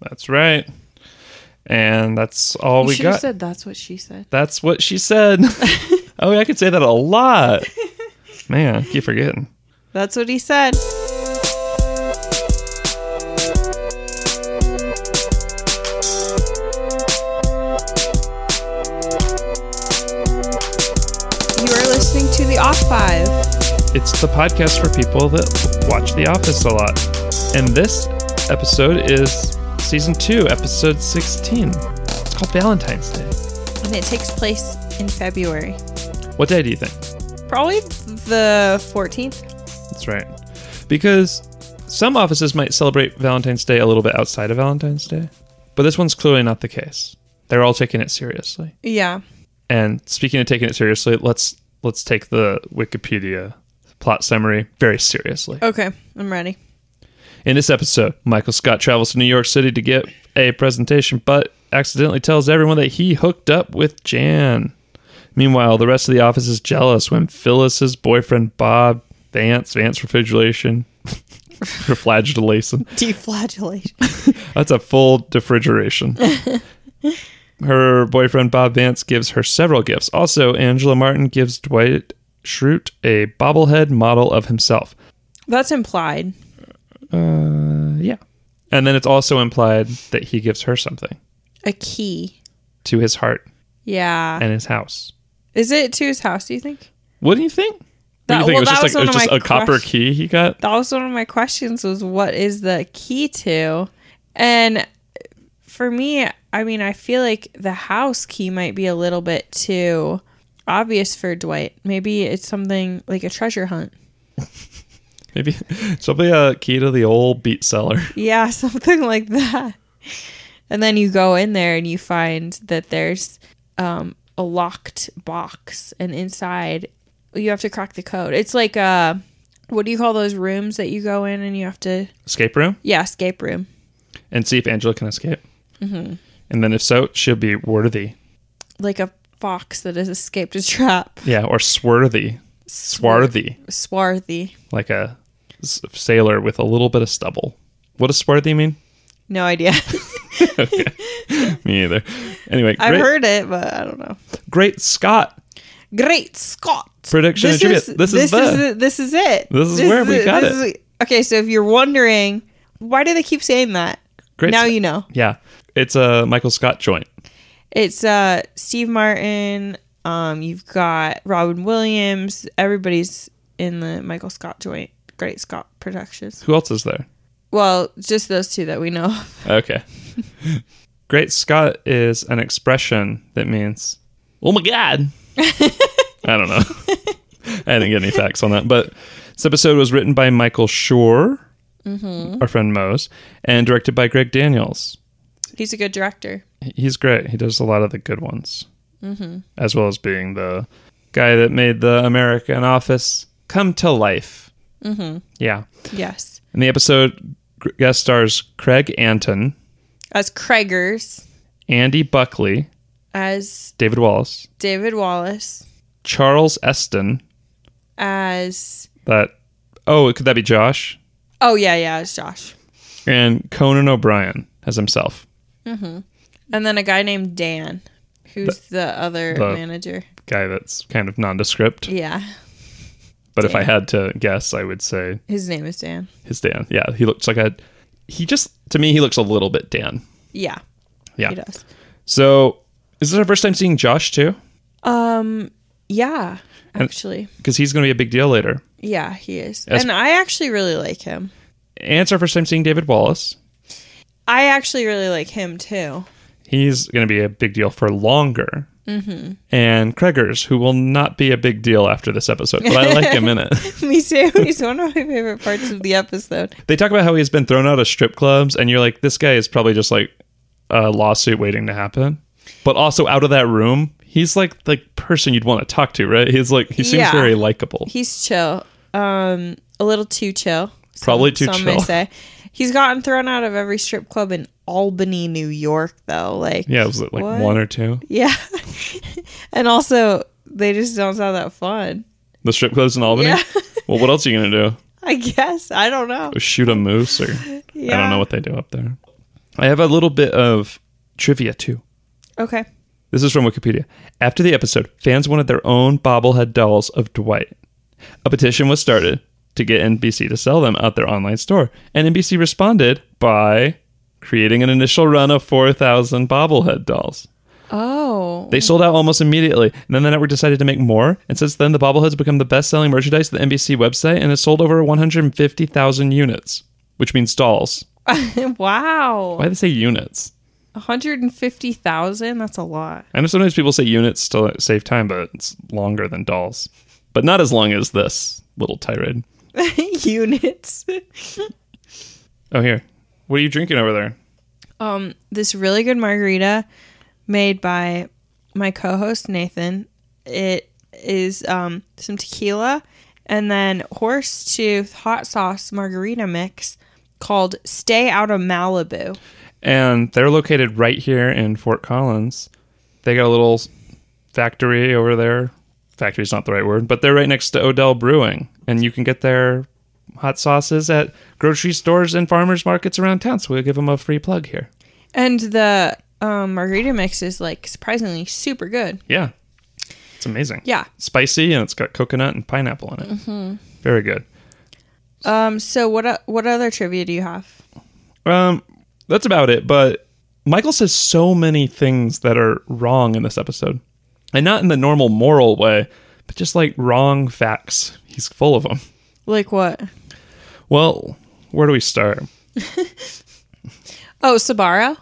That's right. And that's all you we should have got. said that's what she said. that's what she said. oh, I could say that a lot. Man, I keep forgetting. That's what he said. You are listening to The Off Five. It's the podcast for people that watch The Office a lot. And this episode is season two, episode 16. It's called Valentine's Day. And it takes place in February. What day do you think? Probably the 14th. That's right. Because some offices might celebrate Valentine's Day a little bit outside of Valentine's Day, but this one's clearly not the case. They're all taking it seriously. Yeah. And speaking of taking it seriously, let's let's take the Wikipedia plot summary very seriously. Okay. I'm ready. In this episode, Michael Scott travels to New York City to get a presentation, but accidentally tells everyone that he hooked up with Jan. Meanwhile, the rest of the office is jealous when Phyllis's boyfriend Bob Vance, Vance Refrigeration, reflagellation. Deflagellation. That's a full defrigeration. her boyfriend Bob Vance gives her several gifts. Also, Angela Martin gives Dwight Schrute a bobblehead model of himself. That's implied. Uh, yeah. And then it's also implied that he gives her something A key. to his heart Yeah. and his house. Is it to his house, do you think? What do you think? What That- do you think? well, that it was just was like it was one of just my a copper questions. key he got. that was one of my questions was what is the key to and for me i mean i feel like the house key might be a little bit too obvious for dwight maybe it's something like a treasure hunt Maybe something a key to the old beat cellar. yeah something like that and then you go in there and you find that there's um, a locked box and inside you have to crack the code it's like uh what do you call those rooms that you go in and you have to Escape room yeah escape room and see if Angela can escape. Mm-hmm. And then if so, she'll be worthy. like a fox that has escaped a trap. Yeah, or swarthy. Swarthy. Swarthy. Like a s- sailor with a little bit of stubble. What does swarthy mean? No idea. Me either. Anyway, I've great, heard it, but I don't know. great Scott Great Scott. Prediction and trivia. This is this the- is it. This is it. This is where we got this is- okay, so if you're wondering why do they keep saying that, Great now Scott. you know. Yeah. It's a Michael Scott joint. It's uh Steve Martin. Um, you've got Robin Williams. Everybody's in the Michael Scott joint. Great Scott Productions. Who else is there? Well, just those two that we know. of. Okay. Great Scott is an expression that means, oh my God. I don't know. I didn't get any facts on that. But this episode was written by Michael Shore, Mm-hmm. our friend Mose, and directed by Greg Daniels. He's a good director. He's great. He does a lot of the good ones, mm-hmm. as well as being the guy that made the American Office come to life. Mm-hmm. Yeah. Yes. In the episode, g- guest stars Craig Anton, As Craigers. Andy Buckley, as David Wallace, David Wallace, Charles Eston. as That oh, could that be Josh? oh yeah yeah as Josh, And Conan O'Brien as himself, and then a guy named Dan, who's the, other the- manager. guy that's kind of nondescript. Yeah, But if I had to guess, I would say his name is Dan. his Dan. Yeah, he looks like a. He just to me, he looks a little bit Dan. Yeah, Yeah. he does. So is this our first time seeing Josh too? Um, yeah, actually, Because he's going to be a big deal later. yeah, he is, As- and I actually really like him. And it's our first time seeing David Wallace. I actually really like him too. He's going to be a big deal for longer. Mm-hmm. And Kregers, who will not be a big deal after this episode, but I like him in it. Me too. He's one of my favorite parts of the episode. They talk about how he's been thrown out of strip clubs, and you're like, this guy is probably just like a lawsuit waiting to happen. But also out of that room, he's like the person you'd want to talk to, right? He's like he seems Yeah. very likable. He's chill. Um, a little too chill. some- Probably too some may chill. say. He's gotten thrown out of every strip club in Albany, New York, though. Like, Yeah, was it like What? one or two? yeah. and also, they just don't sound that fun. The strip clubs in Albany. Yeah. well, what else are you gonna do? I guess I don't know. Shoot a moose or Yeah. I don't know what they do up there. I have a little bit of trivia too. Okay. This is from Wikipedia. After the episode, fans wanted their own bobblehead dolls of Dwight. A petition was started to get NBC to sell them at their online store, and NBC responded by creating an initial run of 4,000 bobblehead dolls. Oh. They sold out almost immediately, and then the network decided to make more, and since then, the bobbleheads become the best selling merchandise of the NBC website and has sold over 150,000 units, which means dolls. wow. Why do they say units? 150,000? That's a lot. I know sometimes people say units to save time, but it's longer than dolls. But not as long as this little tirade. Units. Oh, here. What are you drinking over there? um, this really good margarita made by my co-host Nathan. It is um, some tequila and then horse tooth hot sauce margarita mix called Stay Out of Malibu. And they're located right here in Fort Collins. They got a little factory over there. Factory's not the right word, but they're right next to Odell Brewing. And you can get their hot sauces at grocery stores and farmers markets around town. So we'll give them a free plug here. And the um, margarita mix is like surprisingly super good. Yeah. It's amazing. Yeah. Spicy, and it's got coconut and pineapple in it. Very good. Um so what o- what other trivia do you have? Um, that's about it. But Michael says so many things that are wrong in this episode, and not in the normal moral way, but just like wrong facts. He's full of them. Like what? Well, where do we start? Oh, Sabaro?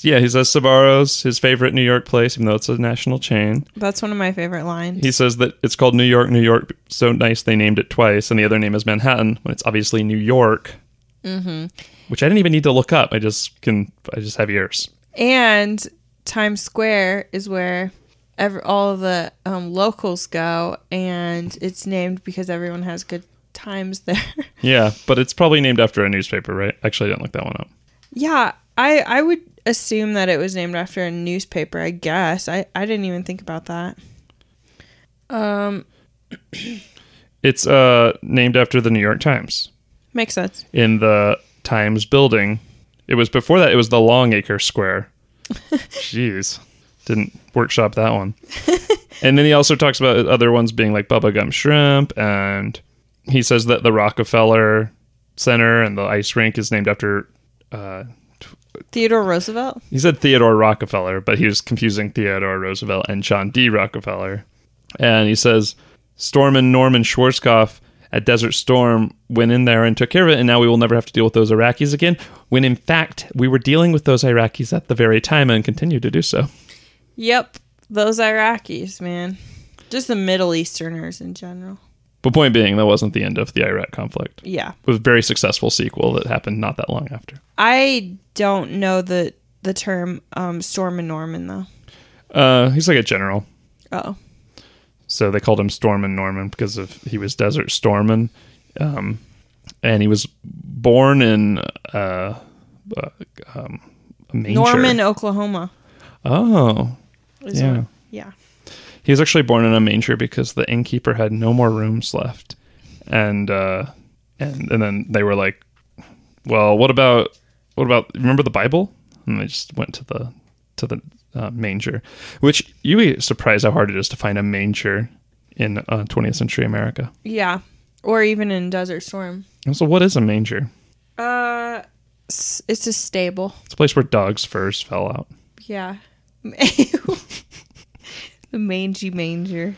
Yeah, he says Sabaro's his favorite New York place, even though it's a national chain. That's one of my favorite lines. He says that it's called New York, New York, so nice they named it twice, and the other name is Manhattan when it's obviously New York. Mm-hmm. Which I didn't even need to look up. I just can. I just have ears. And Times Square is where ever all of the um, locals go, and it's named because everyone has good times there. Yeah, but it's probably named after a newspaper, right? Actually, I didn't look that one up. yeah, I I would assume that it was named after a newspaper. I guess I I didn't even think about that. Um, It's uh, named after the New York Times makes sense. in the Times building. It was before that, it was the Longacre Square. Jeez. Didn't workshop that one. and then he also talks about other ones being like Bubba Gum Shrimp. And he says that the Rockefeller Center and the ice rink is named after. Uh, Theodore Roosevelt. he said Theodore Rockefeller, but he was confusing Theodore Roosevelt and John D. Rockefeller. And he says Storm and Norman Schwarzkopf at Desert Storm went in there and took care of it, and now we will never have to deal with those Iraqis again. When in fact, we were dealing with those Iraqis at the very time and continue to do so. Yep, those Iraqis, man. Just the Middle Easterners in general. But point being, that wasn't the end of the Iraq conflict. It Yeah. was a very successful sequel that happened not that long after. I don't know the the term um, Storm and Norman though. Uh, he's like a general. Oh, so they called him Stormin Norman because of he was Desert Stormin, um, and he was born in uh, uh, um, Manger. Norman, Oklahoma. Oh, Is Yeah. where- yeah. he was actually born in a manger because the innkeeper had no more rooms left, and uh, and and then they were like, "Well, what about what about remember the Bible?" And they just went to the to the uh, manger, which you would be surprised how hard it is to find a manger in uh, 20th century America. Yeah. Or even in Desert Storm. So, what is a manger? Uh, s- it's a stable. It's a place where dogs' furs fell out. Yeah. the mangy manger.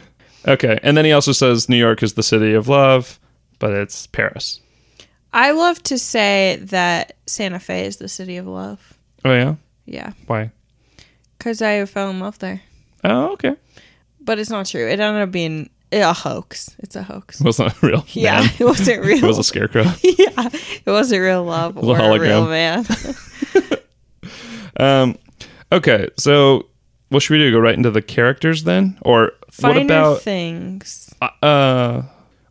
Okay, and then he also says New York is the city of love, but it's Paris. I love to say that Santa Fe is the city of love. Oh yeah, Yeah. why? Because I fell in love there. Oh okay, But it's not true. It ended up being a hoax. It's a hoax. it wasn't real. Yeah. man. It wasn't real. it was a scarecrow. yeah, it wasn't real love was or a a real hologram. man. Um, okay, so what should we do? Go right into the characters then, or Finer what about? things. uh,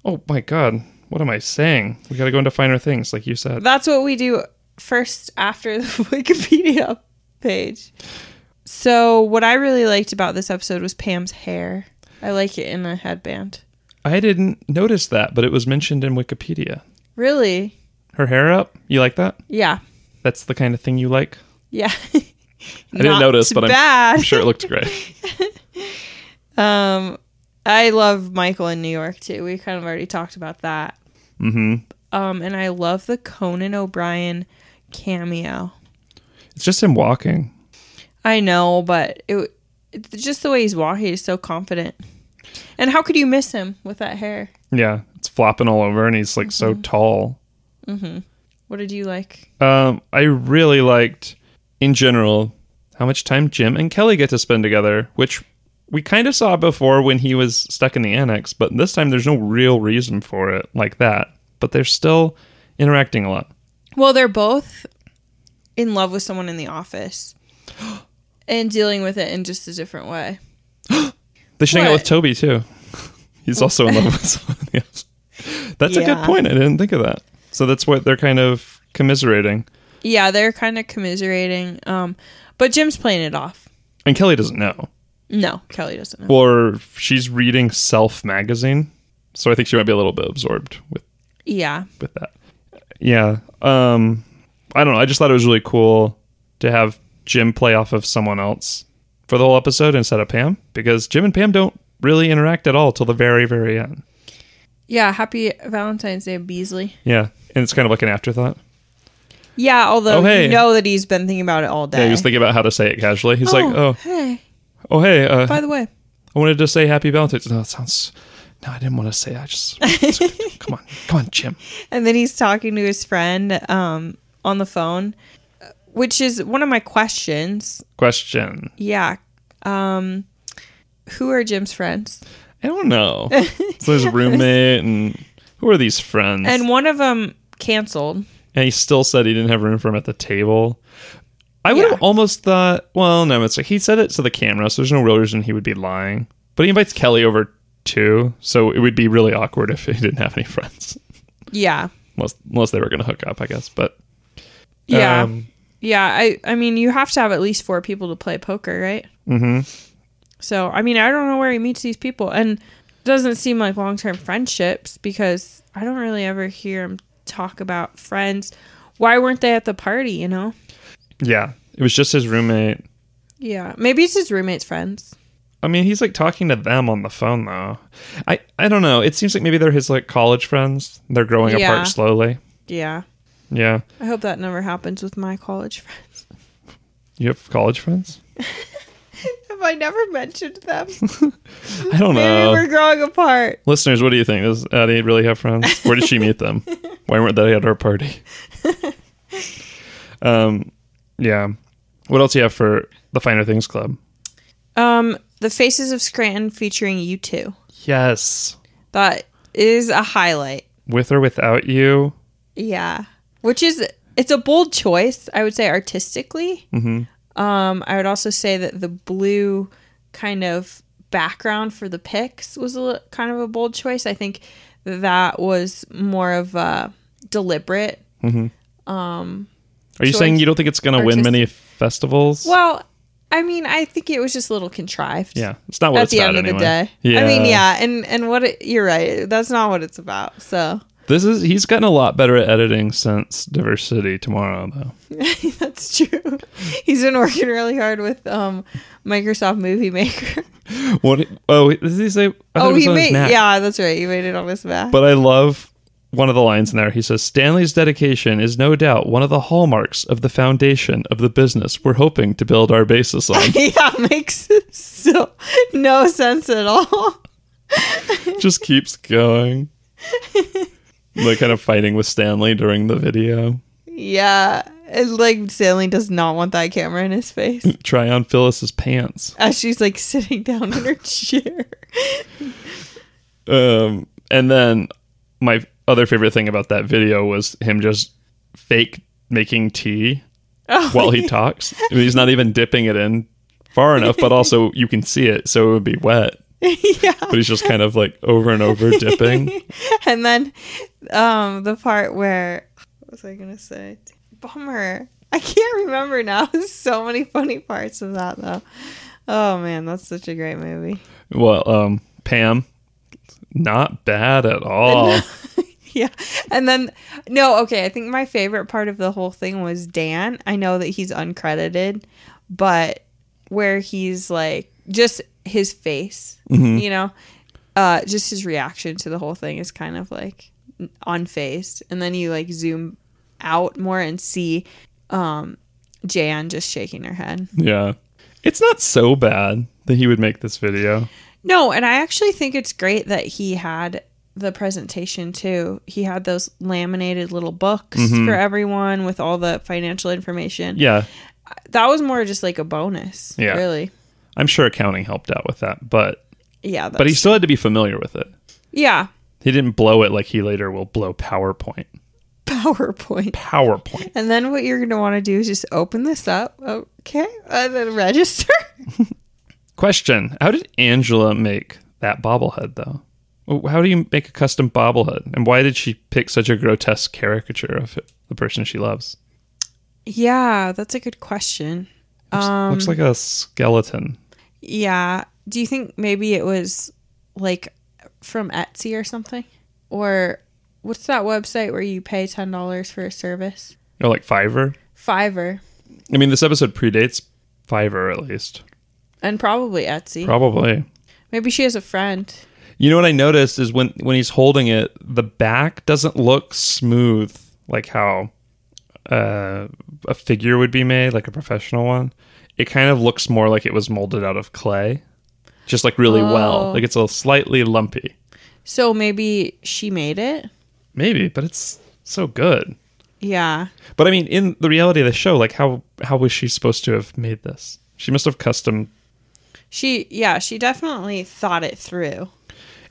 oh my God, what am I saying? We got to go into finer things, like you said. That's what we do first after the Wikipedia page. So, what I really liked about this episode was Pam's hair. I like it in a headband. I didn't notice that, but it was mentioned in Wikipedia. Really? Her hair up. You like that? Yeah. That's the kind of thing you like. Yeah. I didn't notice, but I'm- bad. I'm sure it looked great. Um, I love Michael in New York too. We kind of already talked about that. hmm Um, and I love the Conan O'Brien cameo. It's just him walking. I know, but it it's just the way he's walking he's so confident. And how could you miss him with that hair? Yeah, it's flopping all over, and he's like so Mm-hmm. tall. What did you like? Um, I really liked, in general, how much time Jim and Kelly get to spend together, which we kind of saw before when he was stuck in the annex, but this time there's no real reason for it like that. But they're still interacting a lot. Well, they're both in love with someone in the office and dealing with it in just a different way. They should hang out What? with Toby too. He's also in love with someone else. That's a good Yeah. point. I didn't think of that. So that's what they're kind of commiserating. Yeah, they're kind of commiserating. Um, but Jim's playing it off. And Kelly doesn't know. No, Kelly doesn't know. Or she's reading Self magazine. So I think she might be a little bit absorbed with Yeah. with that. Yeah. Um I don't know. I just thought it was really cool to have Jim play off of someone else for the whole episode instead of Pam because Jim and Pam don't really interact at all till the very very end. Yeah, happy Valentine's Day, Beasley. Yeah. And it's kind of like an afterthought. Yeah, although Oh, hey. you know that he's been thinking about it all day. Yeah, he was thinking about how to say it casually. He's like, "Oh, hey, oh hey, uh, by the way, I wanted to say happy Valentine's." No, it sounds No, I didn't want to say. That. I just Come on. Come on, Jim. and then he's talking to his friend um, on the phone, uh, which is one of my questions. Question. Yeah, um, who are Jim's friends? I don't know. so his roommate and who are these friends? And one of them canceled. and he still said he didn't have room for him at the table. I would Yeah. have almost thought, well, no, it's like he said it to the camera, so there's no real reason he would be lying. But he invites Kelly over too, so it would be really awkward if he didn't have any friends, Yeah, unless unless they were going to hook up, I guess. But yeah, um, yeah. I I mean, you have to have at least four people to play poker, right? hmm So I mean, I don't know where he meets these people, and it doesn't seem like long term friendships because I don't really ever hear him talk about friends. Why weren't they at the party? You know? yeah, it was just his roommate. Yeah, maybe it's his roommate's friends. I mean, he's like talking to them on the phone though. I I don't know. It seems like maybe they're his like college friends. They're growing Yeah. apart slowly. Yeah, Yeah, I hope that never happens with my college friends. you have college friends? Have I never mentioned them? I don't Maybe know. we're growing apart. Listeners, what do you think? Does Addie really have friends? Where did she meet them? Why weren't they at our party? um, yeah. What else do you have for the Finer Things Club? Um, the Faces of Scranton featuring you two. Yes. That is a highlight. With or without you? Yeah, which is it's a bold choice, I would say, artistically. hmm Um, I would also say that the blue kind of background for the pics was a li- kind of a bold choice. I think that was more of a deliberate. Are you So saying it's you don't think it's going to win artistic- many festivals? Well, I mean, I think it was just a little contrived. Yeah. It's not what At it's the about end of anyway. the day, Yeah. I mean, yeah, and and what it, you're right, that's not what it's about. So This is he's gotten a lot better at editing since Diversity Tomorrow though. that's true. He's been working really hard with um, Microsoft Movie Maker. What oh, does he say I thought it oh, was he on his made nap. yeah, that's right. He made it on his back. But I love one of the lines in there. He says, Stanley's dedication is no doubt one of the hallmarks of the foundation of the business we're hoping to build our basis on. yeah, makes so no sense at all. Just keeps going. like kind of fighting with Stanley during the video. Yeah, it's like Stanley does not want that camera in his face Try on Phyllis's pants. as she's like sitting down in her chair. Um, and then my other favorite thing about that video was him just fake making tea Oh, while he talks. I mean, he's not even dipping it in far enough, but also you can see it, so it would be wet. yeah. but he's just kind of like over and over dipping. And then um the part where what was I gonna say? Bummer. I can't remember now. so many funny parts of that though. Oh man, that's such a great movie. Well, um, Pam, not bad at all. yeah. And then no, okay, I think my favorite part of the whole thing was Dan. I know that he's uncredited, but where he's like just his face, you know, uh just his reaction to the whole thing is kind of like unfazed. And then you like zoom out more and see um Jan just shaking her head. Yeah. It's not so bad that he would make this video. No, and I actually think it's great that he had the presentation too. He had those laminated little books for everyone with all the financial information. Mm-hmm. Yeah. That was more just like a bonus, Yeah. really. I'm sure accounting helped out with that, but Yeah, that's, but he still had to be familiar with it. yeah, He didn't blow it like he later will blow PowerPoint. PowerPoint. PowerPoint. And then what you're going to want to do is just open this up, okay, and then register. Question: How did Angela make that bobblehead though? Oh, How do you make a custom bobblehead? And why did she pick such a grotesque caricature of it, the person she loves? yeah, that's a good question. Um, Looks like a skeleton. yeah, do you think maybe it was like from Etsy or something, or what's that website where you pay ten dollars for a service? Or like Fiverr. Fiverr, I mean, this episode predates Fiverr at least. and probably Etsy. Probably. Maybe she has a friend. You know what I noticed is when when he's holding it, the back doesn't look smooth like how uh, a figure would be made, like a professional one. It kind of looks more like it was molded out of clay, just like really Oh. well. Like it's a little slightly lumpy, So maybe she made it. maybe, but it's so good. Yeah. But I mean, in the reality of the show, like how how was she supposed to have made this? She must have custom She yeah, she definitely thought it through.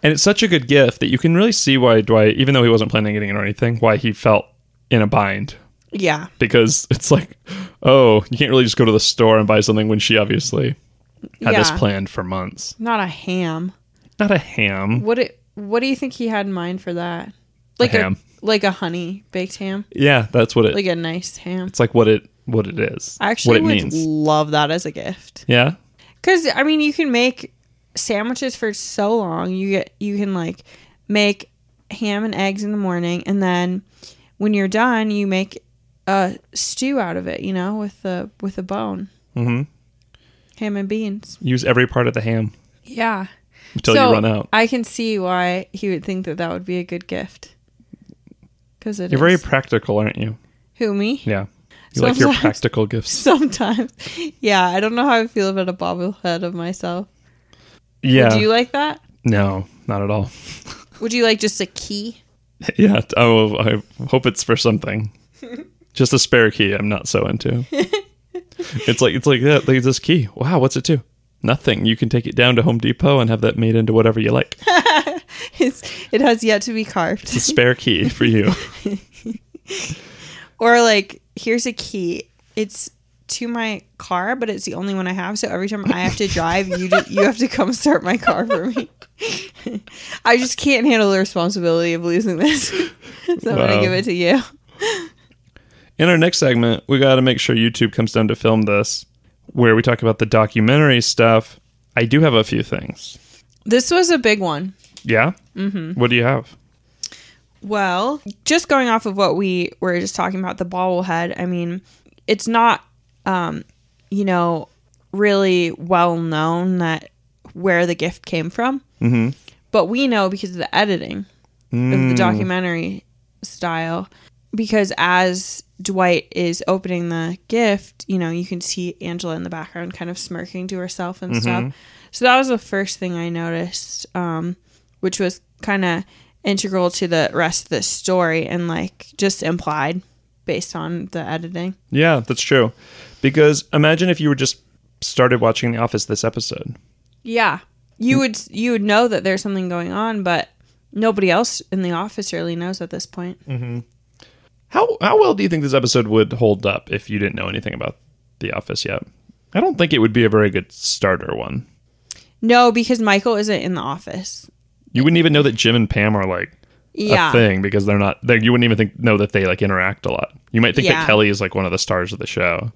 And it's such a good gift that you can really see why Dwight, even though he wasn't planning on getting it or anything, why he felt in a bind. Yeah. Because it's like, oh, you can't really just go to the store and buy something when she obviously had this Yeah. planned for months. Not a ham. Not a ham. What it what do you think he had in mind for that? Like a, ham. like a honey baked ham. Yeah, that's what it. Like a nice ham. it's like what it what it is. I actually what it would means. love that as a gift. yeah, Cuz I mean, you can make sandwiches for so long. You get you can like make ham and eggs in the morning and then when you're done, you make a stew out of it, you know, with the with a bone. Mhm. Ham and beans. use every part of the ham Yeah. until you run out. I can see why he would think that that would be a good gift. Because it You're very is. practical, aren't you? Who, me? Yeah, you like your Sometimes. practical gifts. Sometimes. Yeah, I don't know how I feel about a bobblehead of myself. Yeah, Would you like that? no, not at all. Would you like just a key? Yeah, t- I, will, I hope it's for something. Just a spare key. I'm not so into. it's like it's like that. Like this key. Wow, what's it to? Nothing. You can take it down to Home Depot and have that made into whatever you like. It's, it has yet to be It's a carved. spare key for you. Or like, here's a key. It's to my car, but it's the only one I have. So every time I have to drive, you do, you have to come start my car for me. I just can't handle the responsibility of losing this, so I'm gonna Wow. give it to you. In our next segment, we got to make sure YouTube comes down to film this, where we talk about the documentary stuff. I do have a few things. This was a big one. Yeah. Mm-hmm. What do you have? Well, just going off of what we were just talking about, the bobblehead, I mean, it's not, um, you know, really well known that where the gift came from. Mm-hmm. But we know because of the editing of the documentary style. Because as Dwight is opening the gift, you know, you can see Angela in the background kind of smirking to herself and stuff. So that was the first thing I noticed. Um, which was kind of integral to the rest of the story and like just implied based on the editing. Yeah, that's true. Because imagine if you were just started watching The Office this episode. Yeah. You would you would know that there's something going on, but nobody else in the office really knows at this point. Mm. How how well do you think this episode would hold up if you didn't know anything about The Office yet? I don't think it would be a very good starter one. No, because Michael isn't in the office. You wouldn't even know that Jim and Pam are like a Yeah. thing because they're not. They, you wouldn't even think know that they like interact a lot. You might think Yeah. that Kelly is like one of the stars of the show.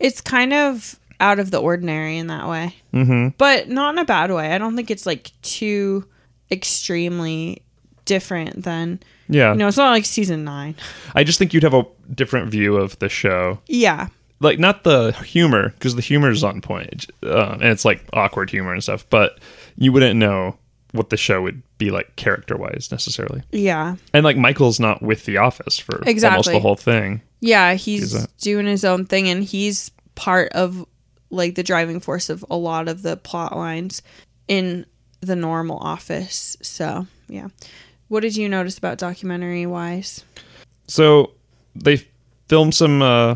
It's kind of out of the ordinary in that way. Mm-hmm. But not in a bad way. I don't think it's like too extremely different than Yeah. You know, it's not like season nine. I just think you'd have a different view of the show. Yeah. Like, not the humor, because the humor is on point. Uh, and it's like awkward humor and stuff, but you wouldn't know what the show would be like character wise necessarily. Yeah. And like, Michael's not with The Office for almost Exactly. the whole thing. Yeah. He's He's a- doing his own thing and he's part of like the driving force of a lot of the plot lines in the normal office. So, yeah. What did you notice about documentary wise? So they filmed some. Uh,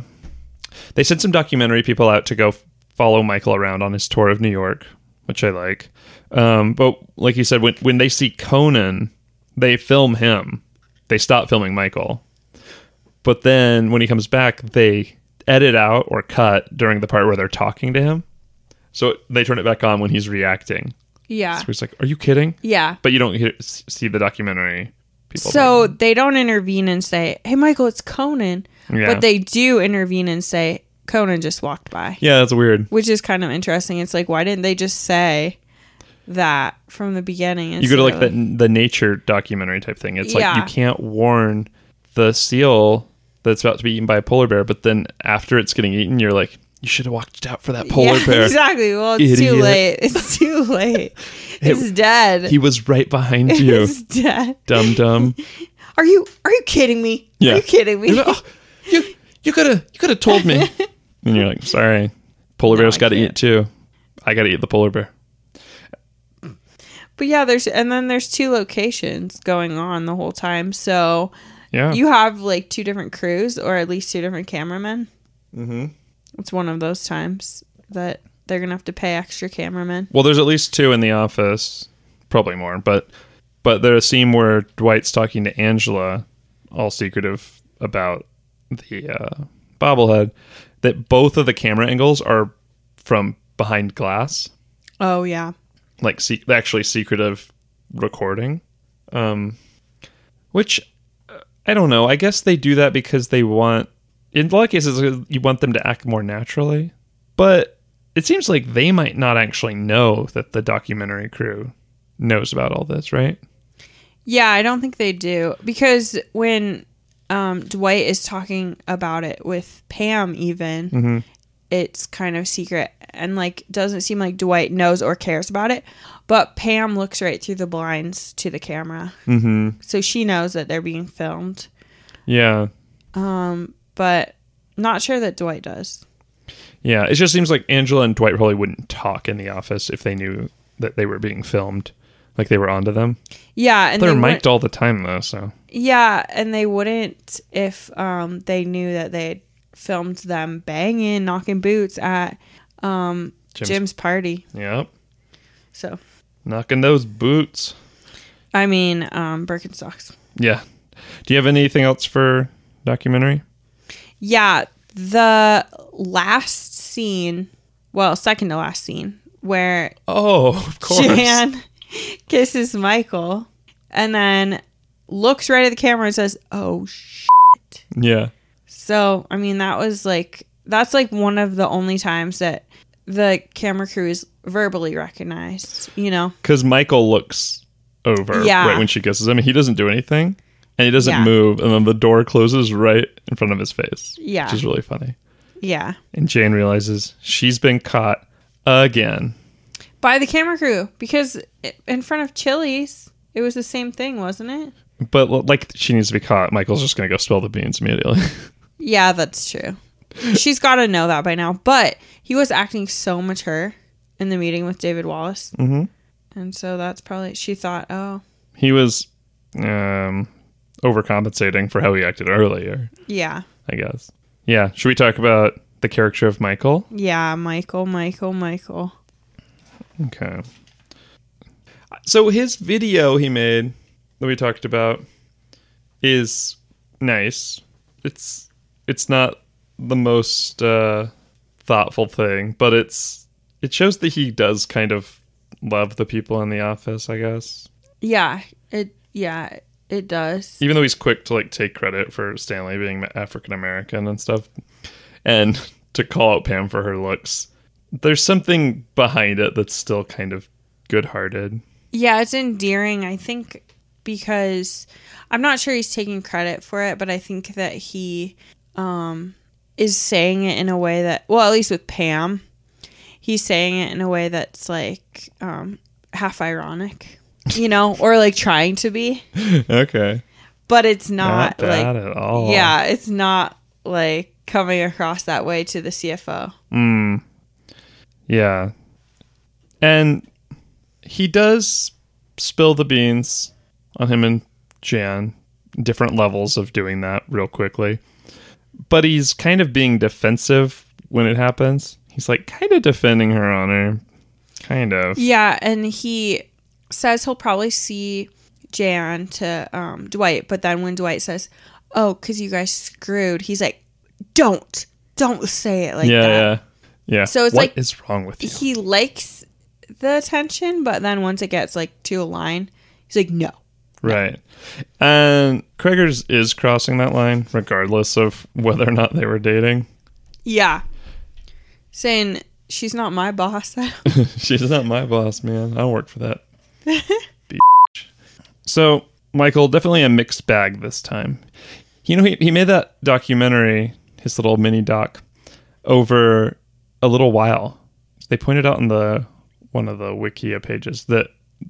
they sent some documentary people out to go f- follow Michael around on his tour of New York, which I like. Um, but like you said, when when they see Conan, they film him. They stop filming Michael, but then when he comes back, they edit out or cut during the part where they're talking to him. So they turn it back on when he's reacting. Yeah. So he's like, "Are you kidding?" Yeah. But you don't hear, s- see the documentary. People So they don't intervene and say, "Hey, Michael, it's Conan," Yeah. but they do intervene and say, "Conan just walked by," yeah, that's weird. which is kind of interesting. It's like, why didn't they just say that from the beginning? you go to like instead the of- the nature documentary type thing. It's like Yeah. you can't warn the seal that's about to be eaten by a polar bear, but then after it's getting eaten, you're like, you should have watched out for that polar Yeah, bear. Exactly. Well, it's too Idiot. late. It's too late. It's dead. He was right behind you, it's dead. dum dum. Are you Are you kidding me? Yeah. Are you kidding me? You're like, "Oh, you you could have you could have told me. and you're like, sorry, polar bear's I got to can't." eat too. I got to eat the polar bear. "Oh." But yeah, there's and then there's two locations going on the whole time. So Yeah, You have like two different crews, or at least two different cameramen. Mm-hmm. It's one of those times that they're gonna have to pay extra cameramen. Well, there's at least two in the office, probably more, but but there's a scene where Dwight's talking to Angela, all secretive about the uh, bobblehead. That both of the camera angles are from behind glass, Oh yeah, like se- actually secretive recording, um, which uh, I don't know. I guess they do that because they want, in a lot of cases, you want them to act more naturally, but it seems like they might not actually know that the documentary crew knows about all this, right? yeah. I don't think they do because when um, Dwight is talking about it with Pam, even it's kind of secret and like doesn't seem like Dwight knows or cares about it. But Pam looks right through the blinds to the camera, Mm-hmm. so she knows that they're being filmed. Yeah, But not sure that Dwight does. yeah. It just seems like Angela and Dwight probably wouldn't talk in the office if they knew that they were being filmed, like they were onto them. Yeah, and They're they mic'd wouldn't- all the time though, so Yeah, and they wouldn't if um they knew that they had filmed them banging, knocking boots at um Jim's- Jim's, party. yep, So knocking those boots. I mean, um Birkenstocks. Yeah. Do you have anything else for documentary? Yeah, the last scene, well, second to last scene, where Oh, of course. Jan kisses Michael and then looks right at the camera and says, "Oh shit." Yeah. So, I mean, that was like, that's like one of the only times that the camera crew is verbally recognized, you know? Because Michael looks over Yeah. right when she kisses him. He doesn't do anything and he doesn't Yeah. move. And then the door closes right in front of his face. Yeah. Which is really funny. Yeah. And Jane realizes she's been caught again. By the camera crew, because i- in front of Chili's, it was the same thing, wasn't it? But l- like she needs to be caught. Michael's just going to go spill the beans immediately. Yeah, that's true. She's got to know that by now. But he was acting so mature in the meeting with David Wallace. Mhm. And so that's probably, she thought, oh, he was um, overcompensating for how he acted earlier, yeah, I guess. Yeah. Should we talk about the character of Michael? yeah, Michael, Michael, Michael. Okay. So his video he made that we talked about is nice. It's it's not the most uh, thoughtful thing, but it's it shows that he does kind of love the people in the office, I guess. Yeah, it, yeah, it does. Even though he's quick to like take credit for Stanley being African American and stuff, and to call out Pam for her looks, there's something behind it that's still kind of good-hearted. Yeah, it's endearing. I think because I'm not sure he's taking credit for it, but I think that he um, is saying it in a way that, well, at least with Pam, he's saying it in a way that's like um, half ironic, you know, or like trying to be, okay. but it's Not, not, bad like, at all. yeah, it's not like coming across that way to the CFO. Mm. Yeah. And he does spill the beans on him and Jan, different levels of doing that real quickly. But he's kind of being defensive when it happens. He's like kind of defending her honor. Kind of. Yeah, and he says he'll probably see Jan to um, Dwight, but then when Dwight says, "Oh, because you guys screwed," he's like, "Don't, don't say it like yeah, that." yeah. Yeah. So it's What like- is wrong with you? He likes the attention, but then once it gets like to a line, he's like, "No." Right. And Craigers is crossing that line, regardless of whether or not they were dating. Yeah, saying she's not my boss. She's not my boss, man. I don't work for that. Bitch. So, Michael, definitely a mixed bag this time. You know, he, he made that documentary, his little mini doc, over a little while. They pointed out in the one of the Wikia pages that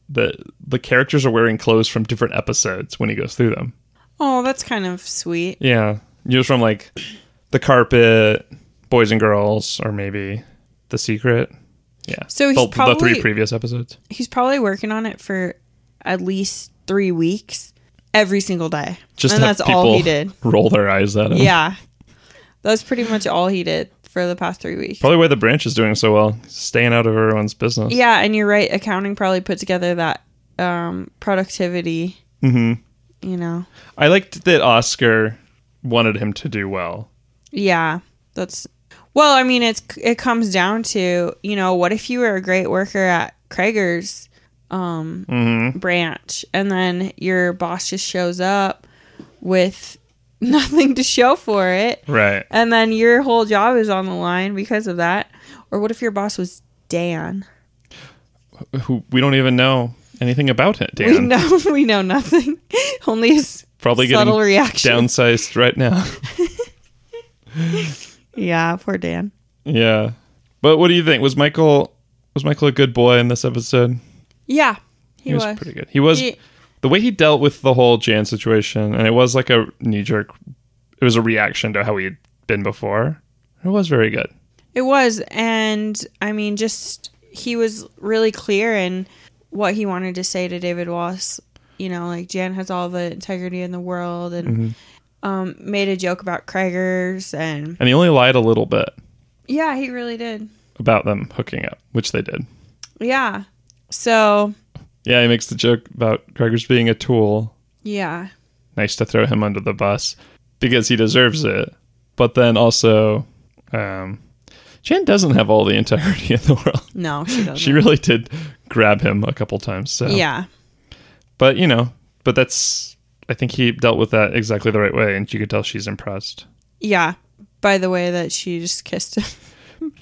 the the characters are wearing clothes from different episodes when he goes through them. oh, that's kind of sweet. Yeah. Just from like the carpet, boys and girls, or maybe the secret. Yeah. So he's the, the probably- three previous episodes. He's probably working on it for at least three weeks, every single day, Just and have that's all he people did. Roll their eyes at him. yeah. That's pretty much all he did for the past three weeks. Probably why the branch is doing so well. Staying out of everyone's business. Yeah, and you're right. Accounting probably put together that um, productivity, hmm you know. I liked that Oscar wanted him to do well. Yeah, that's. Well, I mean, it's it comes down to you know what if you were a great worker at Krager's um, Mm-hmm. branch, and then your boss just shows up with nothing to show for it, Right. and then your whole job is on the line because of that. Or what if your boss was Dan? Who we don't even know anything about it, Dan. We know we know nothing. Only his Probably subtle getting reaction. downsized right now. Yeah, poor Dan. yeah. But what do you think? Was Michael was Michael a good boy in this episode? Yeah, he, He was, was. pretty good. He was He- the way he dealt with the whole Jan situation, and it was like a knee jerk. It was a reaction to how he had been before. It was very good. It was, and I mean, just he was really clear in what he wanted to say to David Wallace. You know, like Jan has all the integrity in the world, and Mm-hmm. um, made a joke about Craigers, and And he only lied a little bit yeah, he really did. about them hooking up, which they did. Yeah, so Yeah, he makes the joke about Gregor's being a tool. yeah, Nice to throw him under the bus because he deserves it. But then also, um, Jan doesn't have all the integrity in the world. no, she doesn't. She really did grab him a couple times. So yeah, but you know, but that's I think he dealt with that exactly the right way, and you could tell she's impressed. yeah. By the way, that she just kissed him.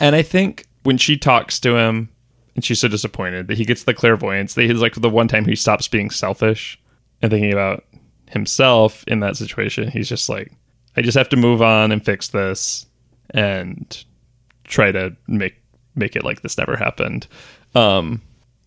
And I think when she talks to him, and she's so disappointed that he gets the clairvoyance, that he's like the one time he stops being selfish and thinking about himself in that situation. He's just like, I just have to move on and fix this, and try to make make it like this never happened. Um,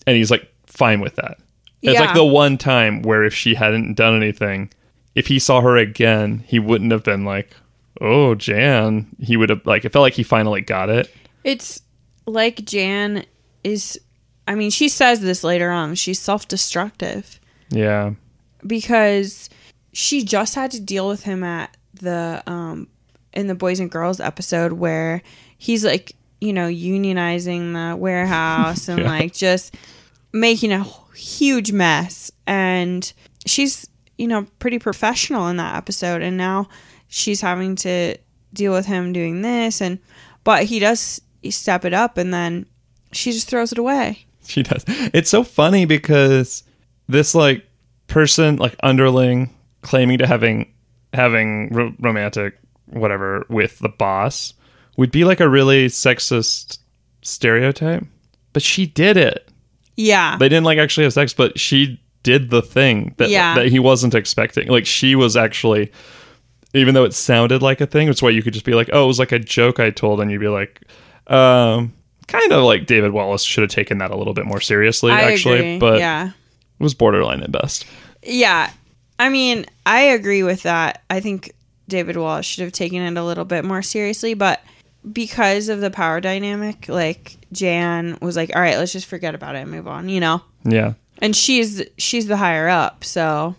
and he's like fine with that. It's Yeah. like the one time where if she hadn't done anything, if he saw her again, he wouldn't have been like, "Oh, Jan." He would have like it felt like he finally got it. It's like Jan is. I mean, she says this later on. She's self destructive Yeah. because she just had to deal with him at the um in the boys and girls episode where he's like you know unionizing the warehouse and like just making a huge mess and she's you know pretty professional in that episode and now she's having to deal with him doing this and but he does step it up and then she just throws it away She does. It's so funny because this like person, like underling, claiming to having having ro- romantic whatever with the boss would be like a really sexist stereotype. But she did it. yeah They didn't like actually have sex, but she did the thing that Yeah. that he wasn't expecting. Like she was actually even though it sounded like a thing, it's why you could just be like, "Oh, it was like a joke I told," and you'd be like, um kind of like David Wallace should have taken that a little bit more seriously I actually, agree. but yeah. it was borderline at best. Yeah. I mean, I agree with that. I think David Wallace should have taken it a little bit more seriously, but because of the power dynamic, like Jan was like, "All right, let's just forget about it and move on," you know. Yeah. And she's she's the higher up, so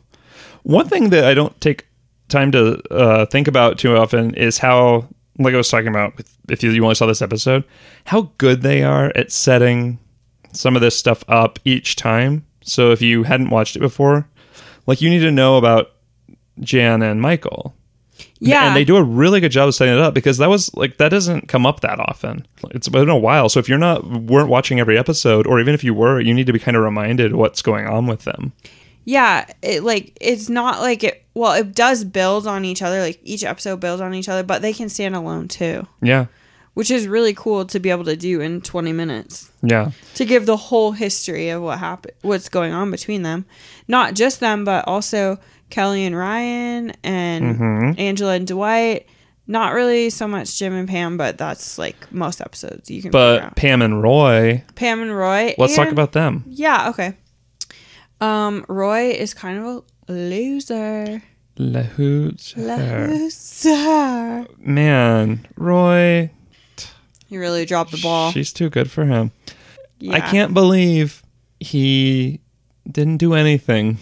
One thing that I don't take time to uh, think about too often is how, like I was talking about, with, if you, you only saw this episode, how good they are at setting some of this stuff up each time. So if you hadn't watched it before, like you need to know about Jan and Michael. yeah. And they do a really good job of setting it up because that was like that doesn't come up that often. It's been a while. So if you're not weren't watching every episode, or even if you were, you need to be kind of reminded what's going on with them. yeah it like it's not like it well it does build on each other like each episode builds on each other but they can stand alone too Yeah. which is really cool to be able to do in 20 minutes Yeah. to give the whole history of what happened what's going on between them not just them but also kelly and ryan and Mm-hmm. angela and dwight not really so much jim and pam but that's like most episodes you can figure But out. Pam and Roy, pam and roy let's talk and- about them. yeah okay um roy is kind of a loser Lahoot. Loser. Man, Roy, You really dropped the ball. she's too good for him. yeah. I can't believe he didn't do anything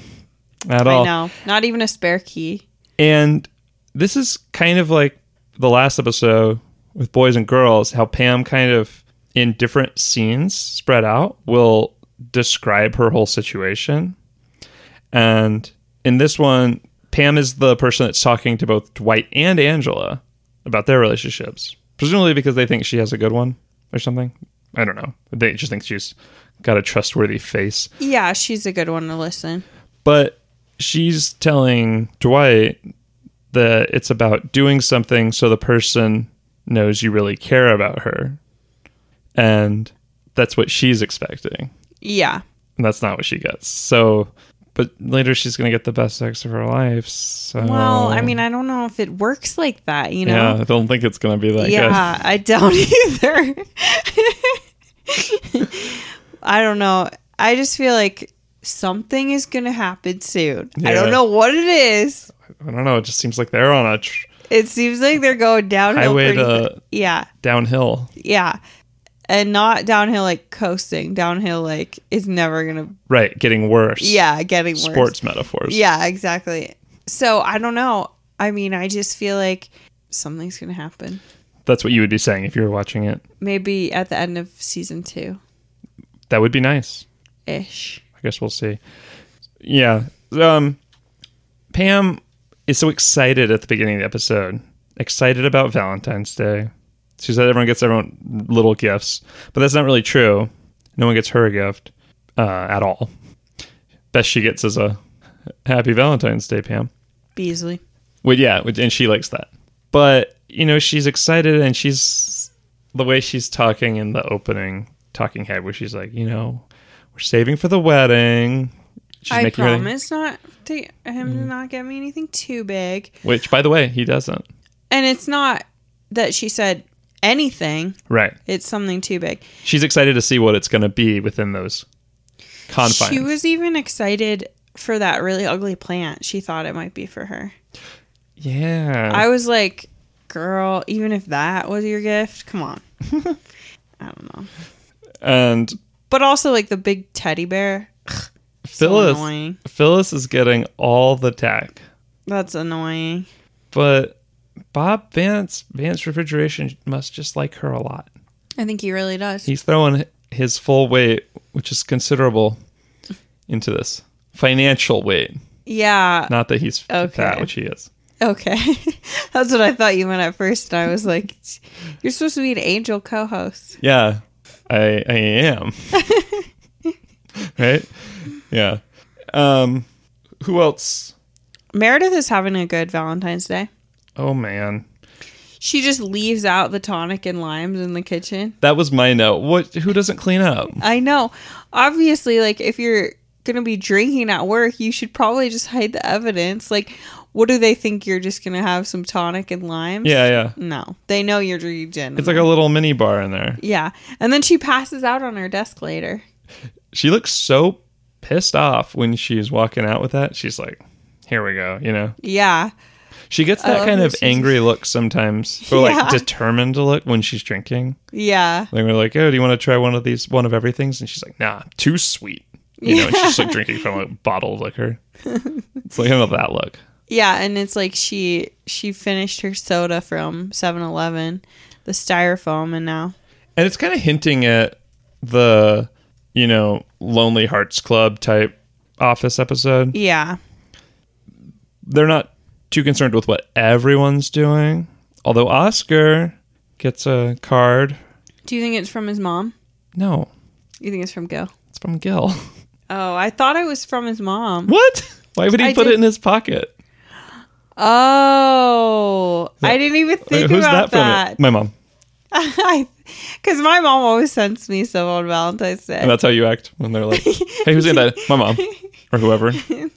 at I all. know. Not even a spare key. And this is kind of like the last episode with Boys and Girls, how Pam kind of in different scenes spread out will describe her whole situation. And in this one, Pam is the person that's talking to both Dwight and Angela about their relationships, presumably because they think she has a good one or something. I don't know. They just think she's got a trustworthy face Yeah, she's a good one to listen. but she's telling Dwight that it's about doing something so the person knows you really care about her. And that's what she's expecting. Yeah. And that's not what she gets. So, but later she's going to get the best sex of her life. So, Well, I mean, I don't know if it works like that, you Oh. yeah, know? I don't think it's going to be that yeah, I don't either. I don't know. I just feel like something is going to happen soon. Yeah. I don't know what it is. good. I don't know. It just seems like they're on a tr- It seems like they're going downhill. highway pretty to fa- yeah. downhill. Yeah. And not downhill like coasting. Downhill like is never gonna Right. Getting worse. Yeah, getting worse. Sports metaphors. Yeah, exactly. So I don't know. I mean, I just feel like something's gonna happen. That's what you would be saying if you were watching it. Maybe at the end of season two That would be nice. ish. I guess we'll see. Yeah. Um, Pam is so excited at the beginning of the episode, excited about Valentine's Day. She said everyone gets everyone little gifts, but that's not really true. No one gets her a gift uh, at all. Best she gets is a happy Valentine's Day, Pam. Beasley. Well, yeah, which- and she likes that. But you know, she's excited, and she's the way she's talking in the opening talking head, where she's like, you know, we're saving for the wedding. She's I her- Mm. promise not to him to not get me anything too big. which, by the way, he doesn't. And it's not that she said anything. Right. It's something too big. She's excited to see what it's going to be within those confines. She was even excited for that really ugly plant. She thought it might be for her. yeah. I was like, girl, even if that was your gift, come on. I don't know. and But also, like, the big teddy bear. Phyllis. annoying. Phyllis is getting all the tack, That's annoying. but Bob Vance Vance Refrigeration must just like her a lot. I think he really does. He's throwing his full weight, which is considerable, into this financial weight. yeah. Not that he's Okay. fat, which he is. Okay. That's what I thought you meant at first. And I was like, you're supposed to be an angel co host. Yeah, I I am. right? Yeah. Um, who else? Meredith is having a good Valentine's Day. Oh man, She just leaves out the tonic and limes in the kitchen. that was my note. What? Who doesn't clean up? I know. Obviously, like if you're going to be drinking at work, you should probably just hide the evidence. Like, what do they think? You're just going to have some tonic and limes? Yeah, yeah. No, they know you're drinking gin. It's like a little mini bar in there. yeah. And then she passes out on her desk later. She looks so pissed off when she's walking out with that. She's like, here we go, you know? Yeah. She gets love that kind that of she's- angry look sometimes, or Yeah. like determined look when she's drinking. Yeah. Like we're like, oh, do you want to try one of these, one of everything's? And she's like, nah, too sweet. You know, and she's just, like drinking from a bottle of liquor. It's like, I love that look. Yeah, and it's like she she finished her soda from 7-Eleven, the styrofoam, and now And it's kind of hinting at the, you know, Lonely Hearts Club type office episode. yeah, They're not too concerned with what everyone's doing. Although Oscar gets a card. Do you think it's from his mom? No, You think it's from Gil? it's from Gil. Oh, I thought it was from his mom. What? Why would he I put did- it in his pocket? Oh, I didn't even think Who's that about from? that. My mom. Because my mom always sends me stuff on Valentine's And Day. that's how you act when they're like, "Hey, who's in that?" My mom or whoever.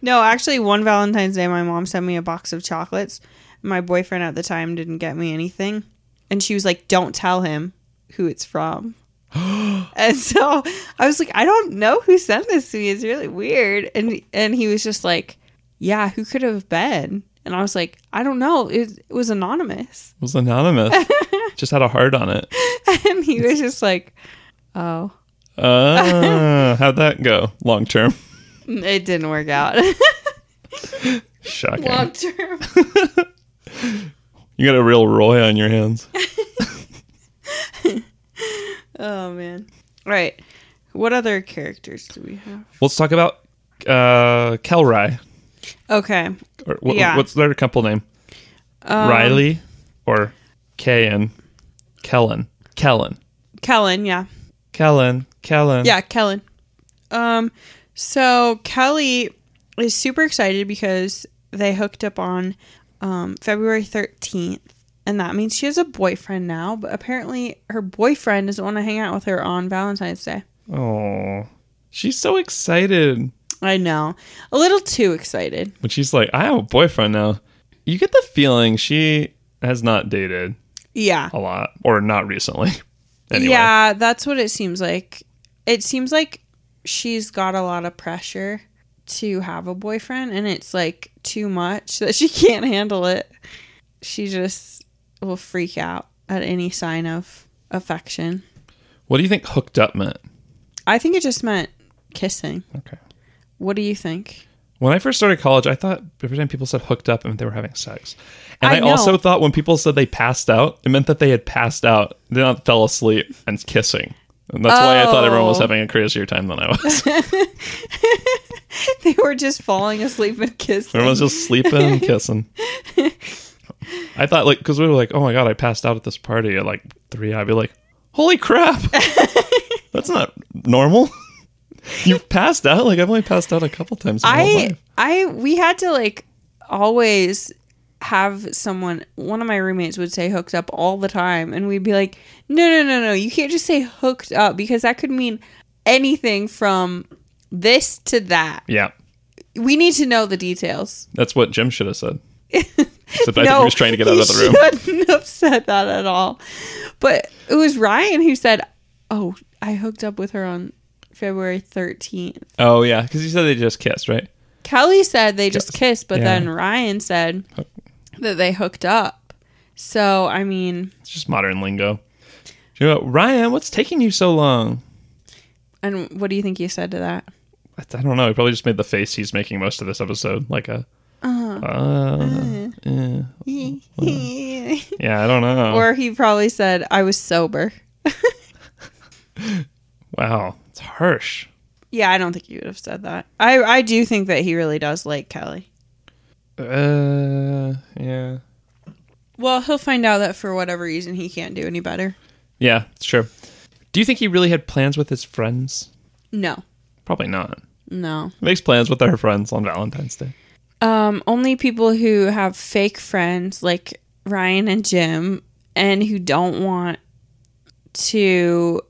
No, actually, one Valentine's Day, my mom sent me a box of chocolates. My boyfriend at the time didn't get me anything. And she was like, don't tell him who it's from. and so I was like, I don't know who sent this to me. It's really weird. And, and he was just like, yeah, who could have been? And I was like, I don't know. It, it was anonymous. It was anonymous. Just had a heart on it. and he was just like, oh, Uh, how'd that go? Long term. it didn't work out. Shocking. Long term. You got a real Roy on your hands. Oh man. All right. What other characters do we have? Let's talk about uh, Kelry. Okay. Or wh- Yeah. what's their couple name? Um, Riley or Kayan? Kellen. Kellen. Kellen, yeah. Kellen. Kellen. Yeah, Kellen. Um so Kelly is super excited because they hooked up on um February 13th and that means she has a boyfriend now, but apparently her boyfriend doesn't want to hang out with her on Valentine's Day. Oh, she's so excited. I know. A little too excited. But she's like, I have a boyfriend now. You get the feeling she has not dated Yeah. a lot, or not recently. anyway, Yeah, that's what it seems like. It seems like she's got a lot of pressure to have a boyfriend, and it's like too much that she can't handle it. She just will freak out at any sign of affection. What do you think hooked up meant? I think it just meant kissing. Okay. What do you think? When I first started college, I thought every time people said hooked up, it meant they were having sex. And I I, know. also thought when people said they passed out, it meant that they had passed out, they not fell asleep and kissing. And that's why I thought everyone was Oh. having a crazier time than I was. They were just falling asleep and kissing. Everyone's just sleeping and kissing. I thought, like, because we were like, oh my God, I passed out at this party at like three. I'd be like, holy crap. That's not normal. You've passed out? Like, I've only passed out a couple times in my whole I life. I we had to like always have someone one of my roommates would say hooked up all the time and we'd be like no no no no you can't just say hooked up because that could mean anything from this to that Yeah. we need to know the details That's what Jim should have said. Except I think no, he was trying to get out of the room. shouldn't have said that at all but it was ryan who said oh i hooked up with her on february 13th Oh, yeah. Because he said they just kissed, right? Kelly said they just kissed, but Yeah. then Ryan said that they hooked up. So I mean, It's just modern lingo. You know, Ryan, what's taking you so long? and what do you think you said to that? I I don't know. He probably just made the face he's making most of this episode. Like a. Uh-huh. uh, eh. Yeah, I don't know. or he probably said, "I was sober." wow. It's harsh. Yeah, I don't think you would have said that. I I do think that he really does like Kelly. Uh, yeah. Well, he'll find out that for whatever reason he can't do any better. Yeah, it's true. Do you think he really had plans with his friends? No, Probably not. no. Makes plans with her friends on Valentine's Day. Um, only people who have fake friends like Ryan and Jim and who don't want to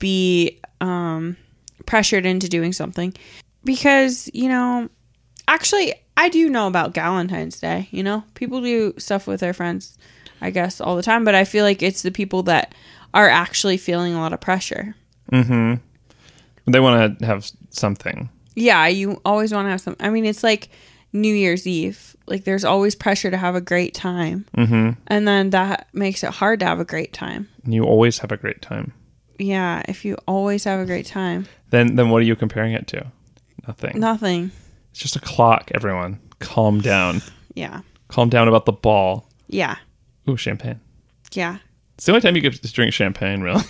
be um, pressured into doing something because you know actually i do know about valentine's day you know people do stuff with their friends i guess all the time but i feel like it's the people that are actually feeling a lot of pressure They want to have something. yeah you always want to have some i mean it's like new year's eve like there's always pressure to have a great time mm-hmm. and then that makes it hard to have a great time And you always have a great time. yeah if you always have a great time Then then what are you comparing it to? Nothing. nothing It's just a clock, everyone. Calm down. yeah Calm down about the ball. yeah Ooh, champagne. yeah It's the only time you get to drink champagne, really.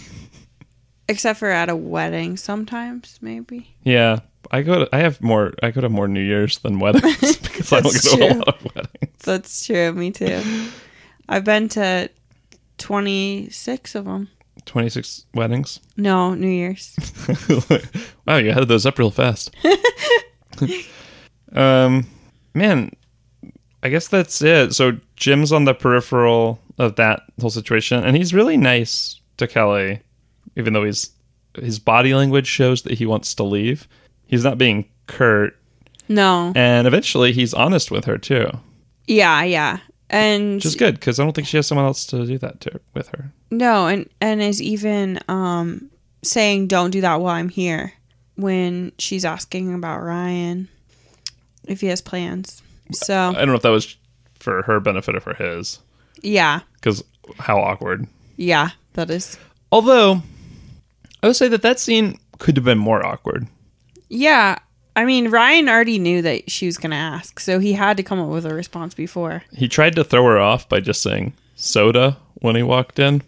except for at a wedding sometimes maybe Yeah. I go to I have more I go to more New Year's than weddings because I don't go That's to a true. lot of weddings. that's true me too i've been to 26 of them Twenty six weddings. no new year's wow, you added those up real fast. um, man, I guess that's it. So Jim's on the peripheral of that whole situation, and he's really nice to Kelly, even though he's his body language shows that he wants to leave. He's not being curt, no and eventually he's honest with her too, yeah yeah and which is good because I don't think she has someone else to do that to with her. No, and and is even um saying don't do that while I'm here when she's asking about Ryan if he has plans. I So, don't know if that was for her benefit or for his, yeah. because how awkward. Yeah, that is. Although, I would say that that scene could have been more awkward. Yeah. I mean, Ryan already knew that she was going to ask, so he had to come up with a response before. He tried to throw her off by just saying soda when he walked in.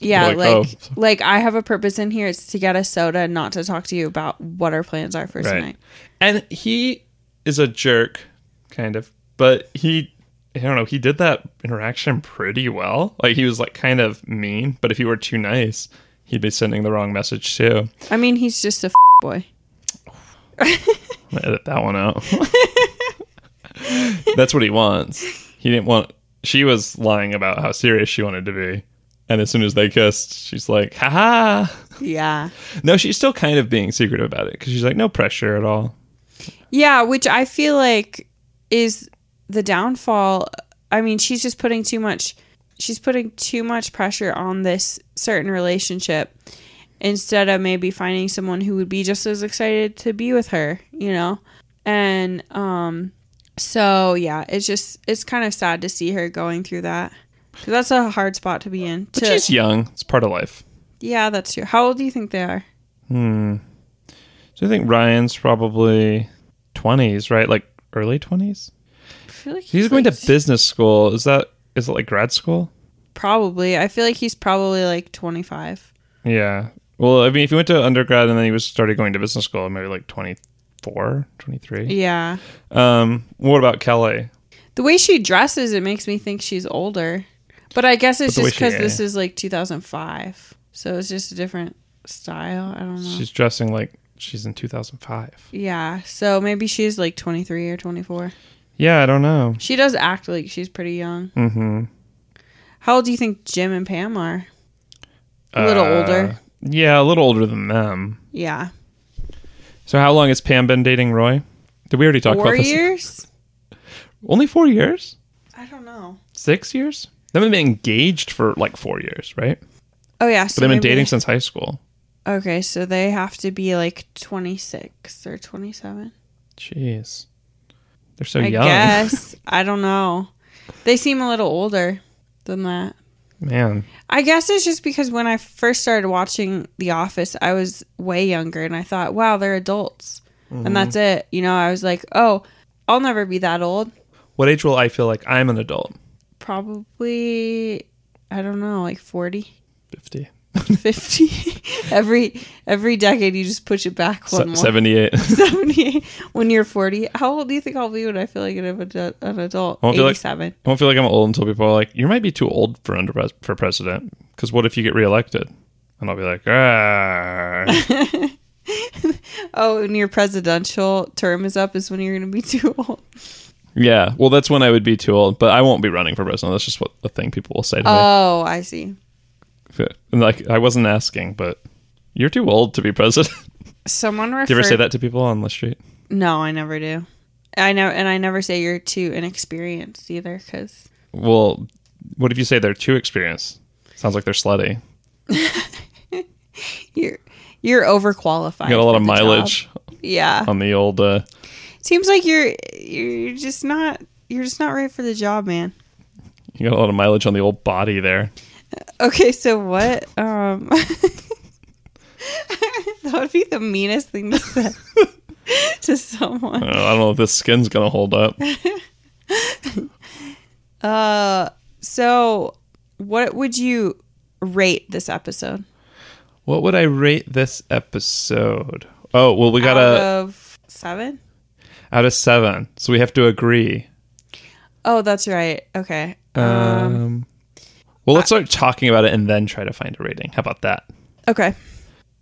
Yeah, Like, like oh. like, I have a purpose in here. It's to get a soda, and not to talk to you about what our plans are for tonight. And he is a jerk, kind of, but he, I don't know, he did that interaction pretty well. Like, he was like kind of mean, but if he were too nice, he'd be sending the wrong message too. I mean, he's just a f- boy. I'm gonna edit that one out. That's what he wants. He didn't want. She was lying about how serious she wanted to be, and as soon as they kissed, she's like, "Ha ha." Yeah. No, she's still kind of being secretive about it because she's like, "No pressure at all." Yeah, which I feel like is the downfall. I mean, she's just putting too much she's putting too much pressure on this certain relationship instead of maybe finding someone who would be just as excited to be with her, you know. And um so yeah, it's just it's kind of sad to see her going through that. Cuz that's a hard spot to be in. But To- she's young; it's part of life. yeah, that's true. How old do you think they are? So I think Ryan's probably twenties, right? Like early twenties. I feel like He's going to like- business school. Is that is it like grad school? probably. I feel like he's probably like 25. Yeah. Well, I mean, if he went to undergrad and then he was started going to business school, maybe like 24, 23. Yeah. Um, what about Kelly? The way she dresses, it makes me think she's older. But I guess it's But the just way she- because this is like 2005. So it's just a different style. I don't know. She's dressing like she's in 2005. yeah. So maybe she's like 23 or 24. Yeah, I don't know. She does act like she's pretty young. Mm-hmm. How old do you think Jim and Pam are? A little Uh, older. Yeah, a little older than them. Yeah. So how long has Pam been dating Roy? Did we already talk Four about this? years? Only four years? I don't know. Six years? They've been engaged for like four years, right? But Oh, yeah. So they've been maybe- dating since high school. Okay. So they have to be like 26 or 27. Jeez. They're so I young. guess. I don't know. They seem a little older than that. Man. I guess it's just because when I first started watching The Office, I was way younger and I thought, wow, they're adults. And that's Mm-hmm. it. You know, I was like, oh, I'll never be that old. What age will I feel like I'm an adult? Probably, I don't know, like 40, 50. 50. every every decade, you just push it back one Se- more. 78. 70 when you're 40. How old do you think I'll be when I feel like an, adu- an adult? I feel like- 87. I don't feel like I'm old until people are like, "You might be too old for under pres- for president." Because what if you get reelected? And I'll be like, "Ah." Oh, and your presidential term is up is when you're going to be too old. "Yeah, well, that's when I would be too old." But I won't be running for president. That's just what the thing people will say to Oh, I see. me. And, like, I wasn't asking, but you're too old to be president. Someone referred. Do you ever say that to people on the street? No, I never do. I know, and I never say you're too inexperienced either, because Well, what if you say they're too experienced? Sounds like they're slutty. you're you're You overqualified. got a lot for of the job. mileage Yeah, on the old. Uh, seems like you're you're just not you're just not right for the job, man. you got a lot of mileage on the old body there. Okay, so what? Um, that would be the meanest thing to say to someone. I don't know, I don't know if this skin's gonna hold up. Uh, so what would you rate this episode? What would I rate this episode? Oh well, we got out a of seven? out of seven, so we have to agree. Oh, that's right. Okay. Um, well, let's start talking about it and then try to find a rating. How about that? Okay.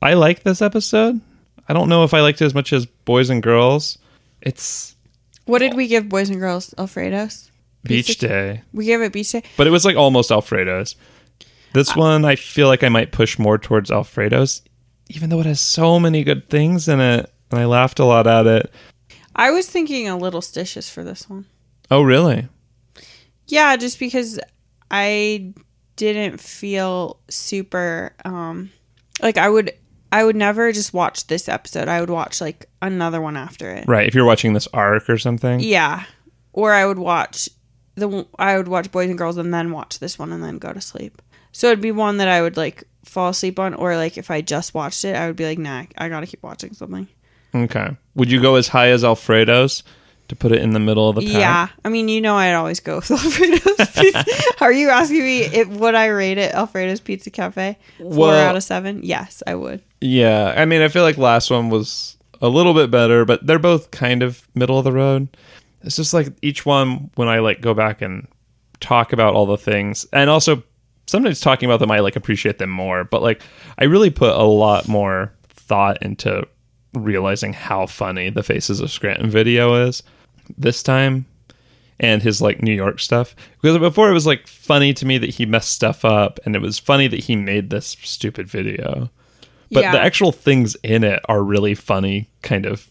I like this episode. I don't know if I liked it as much as Boys and Girls. It's What did we give boys and girls Alfredos? Beach Beach Day, We gave it beach day. but it was like almost Alfredo's. Uh, This one, I feel like I might push more towards Alfredo's, even though it has so many good things in it, and I laughed a lot at it. I was thinking a little stitious for this one. Oh, really? Yeah, just because I didn't feel super um like I would I would never just watch this episode. I would watch like another one after it. Right. If you're watching this arc or something, Yeah. Or I would watch the one- I would watch Boys and Girls and then watch this one and then go to sleep. So it'd be one that I would like fall asleep on or like if I just watched it, I would be like, "Nah, I got to keep watching something." okay. Would you go as high as Alfredo's to put it in the middle of the pack? Yeah. I mean, you know I'd always go with Alfredo's Pizza. Are you asking me if would I rate it Alfredo's Pizza Cafe? Four Well- out of seven? Yes, I would. Yeah, I mean, I feel like last one was a little bit better, but they're both kind of middle of the road. It's just like each one when I like go back and talk about all the things, and also sometimes talking about them, I like appreciate them more. But like, I really put a lot more thought into realizing how funny the Faces of Scranton video is this time, and his like New York stuff. Because before it was like funny to me that he messed stuff up, and it was funny that he made this stupid video but yeah. the actual things in it are really funny kind of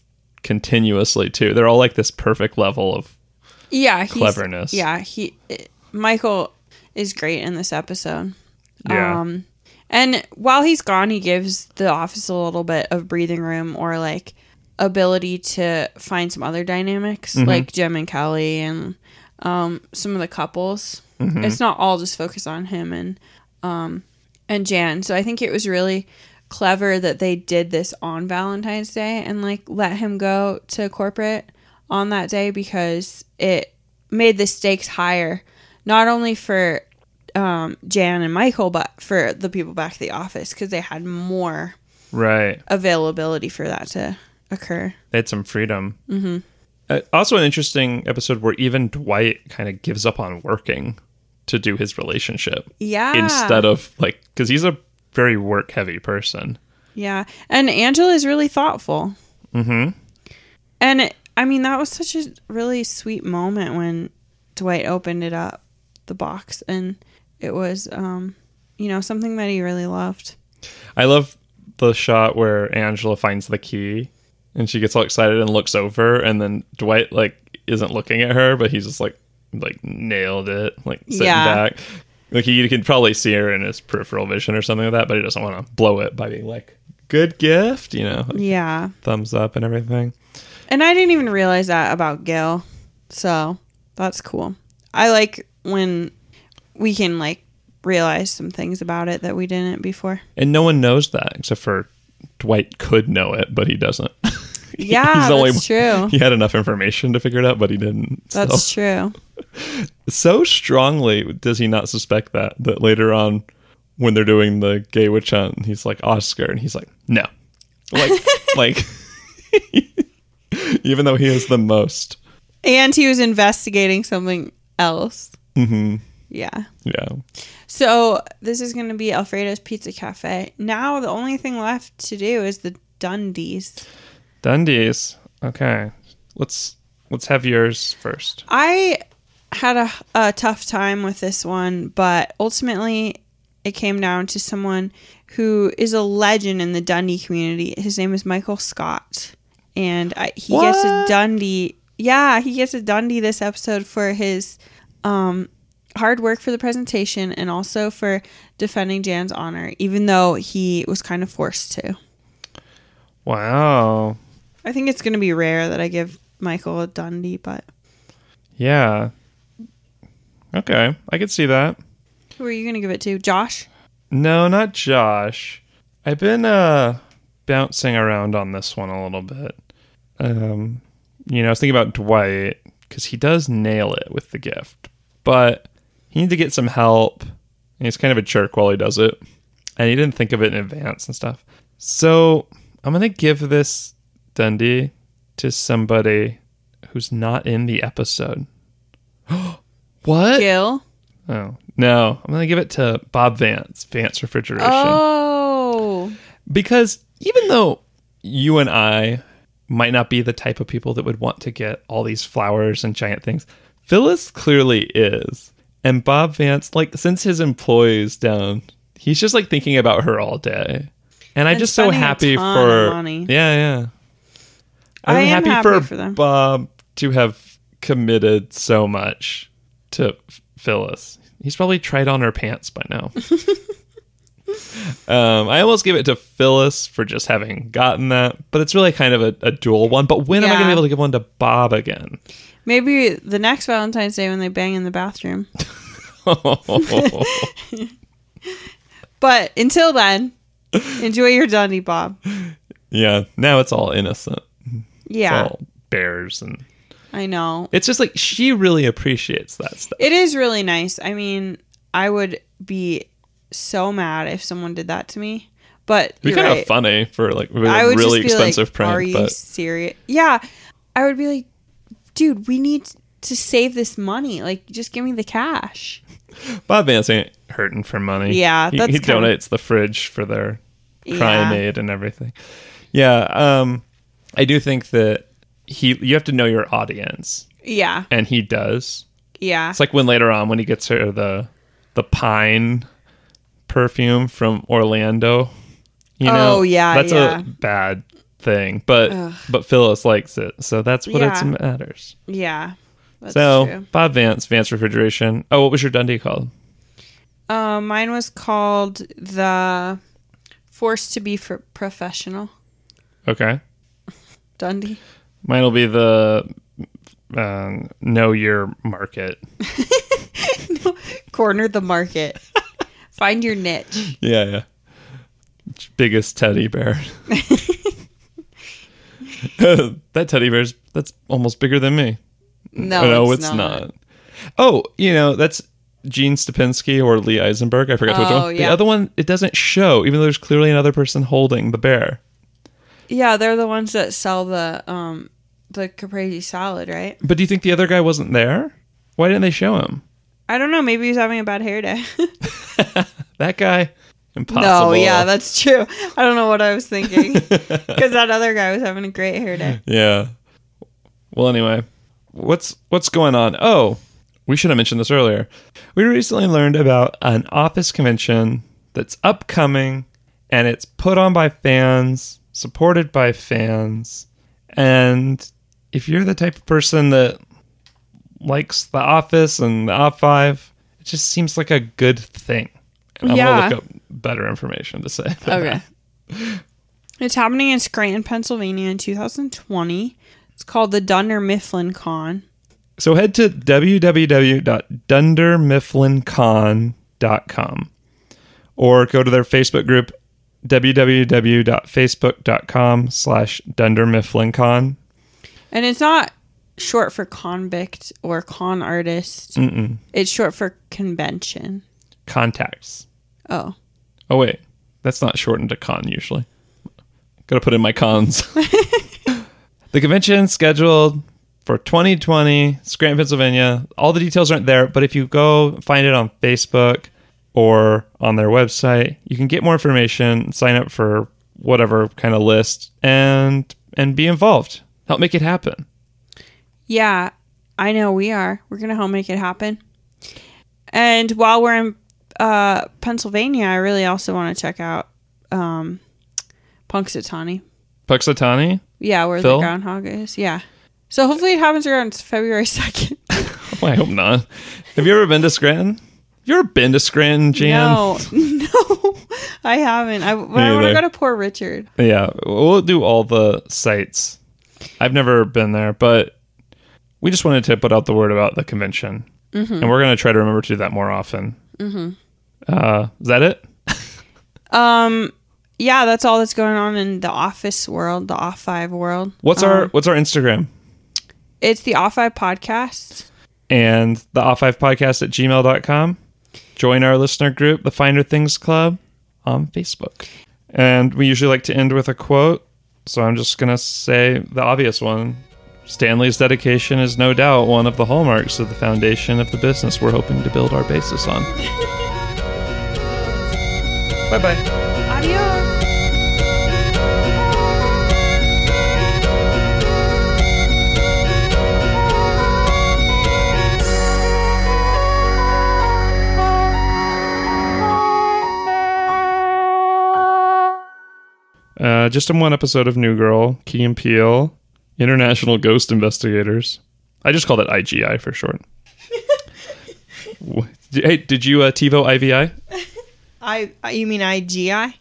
continuously too they're all like this perfect level of yeah, he's- cleverness. Yeah, he it- Michael is great in this episode. Yeah. Um and while he's gone, he gives the office a little bit of breathing room or like ability to find some other dynamics like Jim and Kelly and um some of the couples. It's not all just focused on him and um, and Jan. So I think it was really clever that they did this on Valentine's Day and like let him go to corporate on that day because it made the stakes higher, not only for um, Jan and Michael, but for the people back at the office because they had more right availability for that to occur. they had some freedom mm-hmm. uh, also an interesting episode where even dwight kind of gives up on working to do his relationship Yeah. instead of like because he's a very work heavy person Yeah. And Angela is really thoughtful. Mm-hmm. And it, I mean, that was such a really sweet moment when Dwight opened it up, the box, and it was, um, you know, something that he really loved. i love the shot where angela finds the key and she gets all excited and looks over and then dwight like isn't looking at her but he's just like like nailed it like sitting Yeah. back like he, you can probably see her in his peripheral vision or something like that but he doesn't want to blow it by being like good gift you know like, Yeah. thumbs up and everything And I didn't even realize that about Gil. So that's cool. I like when we can, like, realize some things about it that we didn't before. and no one knows that except for dwight could know it but he doesn't Yeah, the only that's one- true. he had enough information to figure it out but he didn't so. That's true. so strongly does he not suspect that that later on when they're doing the gay witch hunt he's like oscar and he's like no like like even though he is the most And he was investigating something else. Mm-hmm. Yeah. yeah So this is going to be Alfredo's Pizza Cafe. Now the only thing left to do is the Dundies. dundee's okay let's let's have yours first I had a, a tough time with this one, but ultimately it came down to someone who is a legend in the Dundee community. His name is Michael Scott, and I, he gets a What? Dundee. Yeah, he gets a Dundee this episode for his um, hard work for the presentation and also for defending Jan's honor, even though he was kind of forced to. Wow. I think it's going to be rare that I give Michael a Dundee, but Yeah. Okay, I could see that. who are you going to give it to? Josh? No, not Josh. I've been uh bouncing around on this one a little bit. Um, you know, I was thinking about Dwight because he does nail it with the gift, but he needs to get some help. And he's kind of a jerk while he does it, and he didn't think of it in advance and stuff. So I'm gonna give this Dundee to somebody who's not in the episode. what? Gil? Oh no, I'm gonna give it to Bob Vance, Vance Refrigeration, Oh. because even though you and I might not be the type of people that would want to get all these flowers and giant things, Phyllis clearly is, and Bob Vance, like since his employees down, he's just like thinking about her all day, and I'm And just so spending a happy ton of for money. yeah, yeah. I I'm am happy, happy for, for them. Bob to have committed so much to F- Phyllis. He's probably tried on her pants by now. um, I almost gave it to Phyllis for just having gotten that, but it's really kind of a, a dual one. But when am I going to Yeah. be able to give one to Bob again? Maybe the next Valentine's Day when they bang in the bathroom. But until then, enjoy your Dundee Bob. yeah, now it's all innocent. It's Yeah, all bears and I know. it's just like she really appreciates that stuff. It is really nice. I mean, I would be so mad if someone did that to me. But It'd be you're kind right. of funny for like with a I would really just be expensive like, Are print, you but serious? Yeah, I would be like, dude, we need to save this money. Like, just give me the cash. Bob Vance ain't hurting for money. Yeah, he, that's he kinda- donates the fridge for their crime Yeah. aid and everything. Yeah, um, I do think that he you have to know your audience, Yeah, and he does. yeah. It's like when later on when he gets her the the pine perfume from Orlando. You know, Oh, yeah, that's yeah. a bad thing, but but Phyllis likes it, so that's what it's Yeah. it matters. yeah, that's so true. Bob Vance, Vance Refrigeration. Oh, what was your Dundee called? Uh, mine was called the Forced to Be for Professional Okay. Dundee. Mine will be the um, know your market. Corner the market. Find your niche. Yeah, yeah. Biggest teddy bear. that teddy bear's that's almost bigger than me. No, it's, not. Oh, you know that's Gene Stupinski or Lee Eisenberg. I forgot which Oh, one. yeah. The other one it doesn't show, even though there's clearly another person holding the bear. Yeah, they're the ones that sell the um the caprese salad, right? But do you think the other guy wasn't there? Why didn't they show him? I don't know. Maybe he's having a bad hair day. That guy. Impossible. no, yeah, that's true. I don't know what I was thinking because that other guy was having a great hair day. Yeah. Well, anyway, what's what's going on? Oh, we should have mentioned this earlier. We recently learned about an office convention that's upcoming, and it's put on by fans, supported by fans, and if you're the type of person that likes The Office and The Op Five, it just seems like a good thing. And I'm Yeah. Oh, gonna look up better information to say. Okay. It's happening in Scranton, Pennsylvania in 2020. It's called the Dunder Mifflin Con. So head to www.dundermifflincon.com or go to their Facebook group www.facebook.com slash dundermifflincon. And it's not short for convict or con artist. Mm-mm. It's short for convention. Contacts. Oh. Oh, wait. That's not shortened to con usually. Gotta put in my cons. the convention scheduled for 2020, Scranton, Pennsylvania. All the details aren't there, but if you go find it on Facebook or on their website, you can get more information, sign up for whatever kind of list, and and be involved. Help make it happen. Yeah, I know we are. We're going to help make it happen. And while we're in uh, Pennsylvania, I really also want to check out um, Punxsutawney. Puxatani? Yeah, where Phil? the groundhog is. Yeah. So hopefully it happens around February second. Oh, I hope not. Have you ever been to Scranton? You ever been to Scranton, Jan? No, no, I haven't. I, but I want Neither. to go to Port Richard. Yeah, we'll do all the sites. I've never been there, but we just wanted to put out the word about the convention, and we're going to try to remember to do that more often. Mm-hmm. Uh, is that it? Um, yeah, that's all that's going on in the office world, the off five world. What's Um, our What's our Instagram It's the off five podcast. and the off five podcast at gmail.com. Join our listener group, the Finder Things Club, on Facebook. And we usually like to end with a quote, so I'm just going to say the obvious one. Stanley's dedication is no doubt one of the hallmarks of the foundation of the business we're hoping to build our basis on. bye bye. Adios. Uh, just in one episode of New Girl, Key and Peele, International Ghost Investigators. I just called it IGI for short. Wh- hey, did you uh, TiVo IVI? I you mean I G I?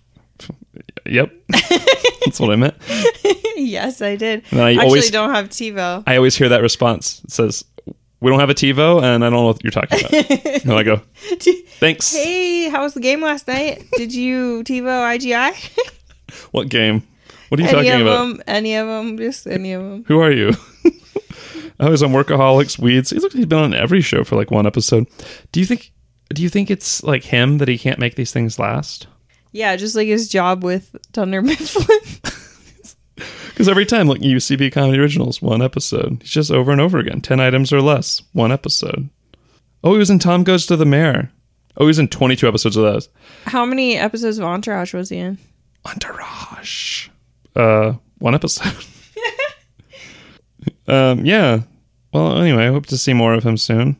Yep, that's what I meant. yes, I did. And I Actually, always, don't have TiVo. I always hear that response. It says, "We don't have a TiVo, and I don't know what you're talking about." and I go, "Thanks." hey, how was the game last night? Did you TiVo IGI? What game? What are you any talking of about? them? Any of them? Just any of them? Who are you? I was on Workaholics, Weeds. He's like he's been on every show for like one episode. Do you think? Do you think it's like him that he can't make these things last? Yeah, just like his job with Thunder Mifflin. Because every time, like UCB Comedy Originals, one episode. He's just over and over again. Ten items or less, one episode. Oh, he was in Tom Goes to the Mayor. Oh, he was in twenty-two episodes of those. how many episodes of Entourage was he in? Entourage. Uh, one episode. um, yeah. Well, anyway, I hope to see more of him soon.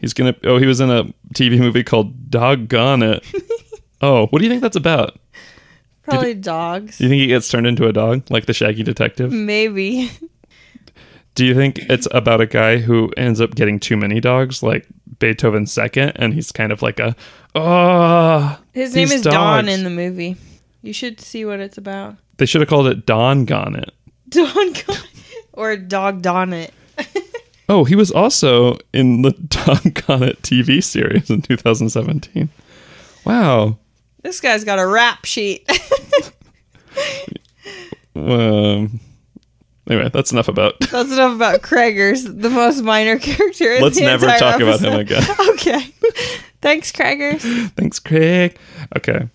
He's gonna. Oh, he was in a TV movie called Doggone It. Oh, what do you think that's about? Probably dogs. Do you think he gets turned into a dog, like the Shaggy Detective? Maybe. Do you think it's about a guy who ends up getting too many dogs, like Beethoven Second, and he's kind of like a, oh. His These name is Don dogs. in the movie. You should see what it's about. They should have called it Don Gone It. Don Con- or Dog Don it. Oh, he was also in the Tom Connett TV series in 2017. Wow. This guy's got a rap sheet. Um, anyway, that's enough about. That's enough about Craigers, the most minor character. In Let's the never entire talk about him episode. again. Okay. Thanks, Craigers. Thanks, Craig. Okay.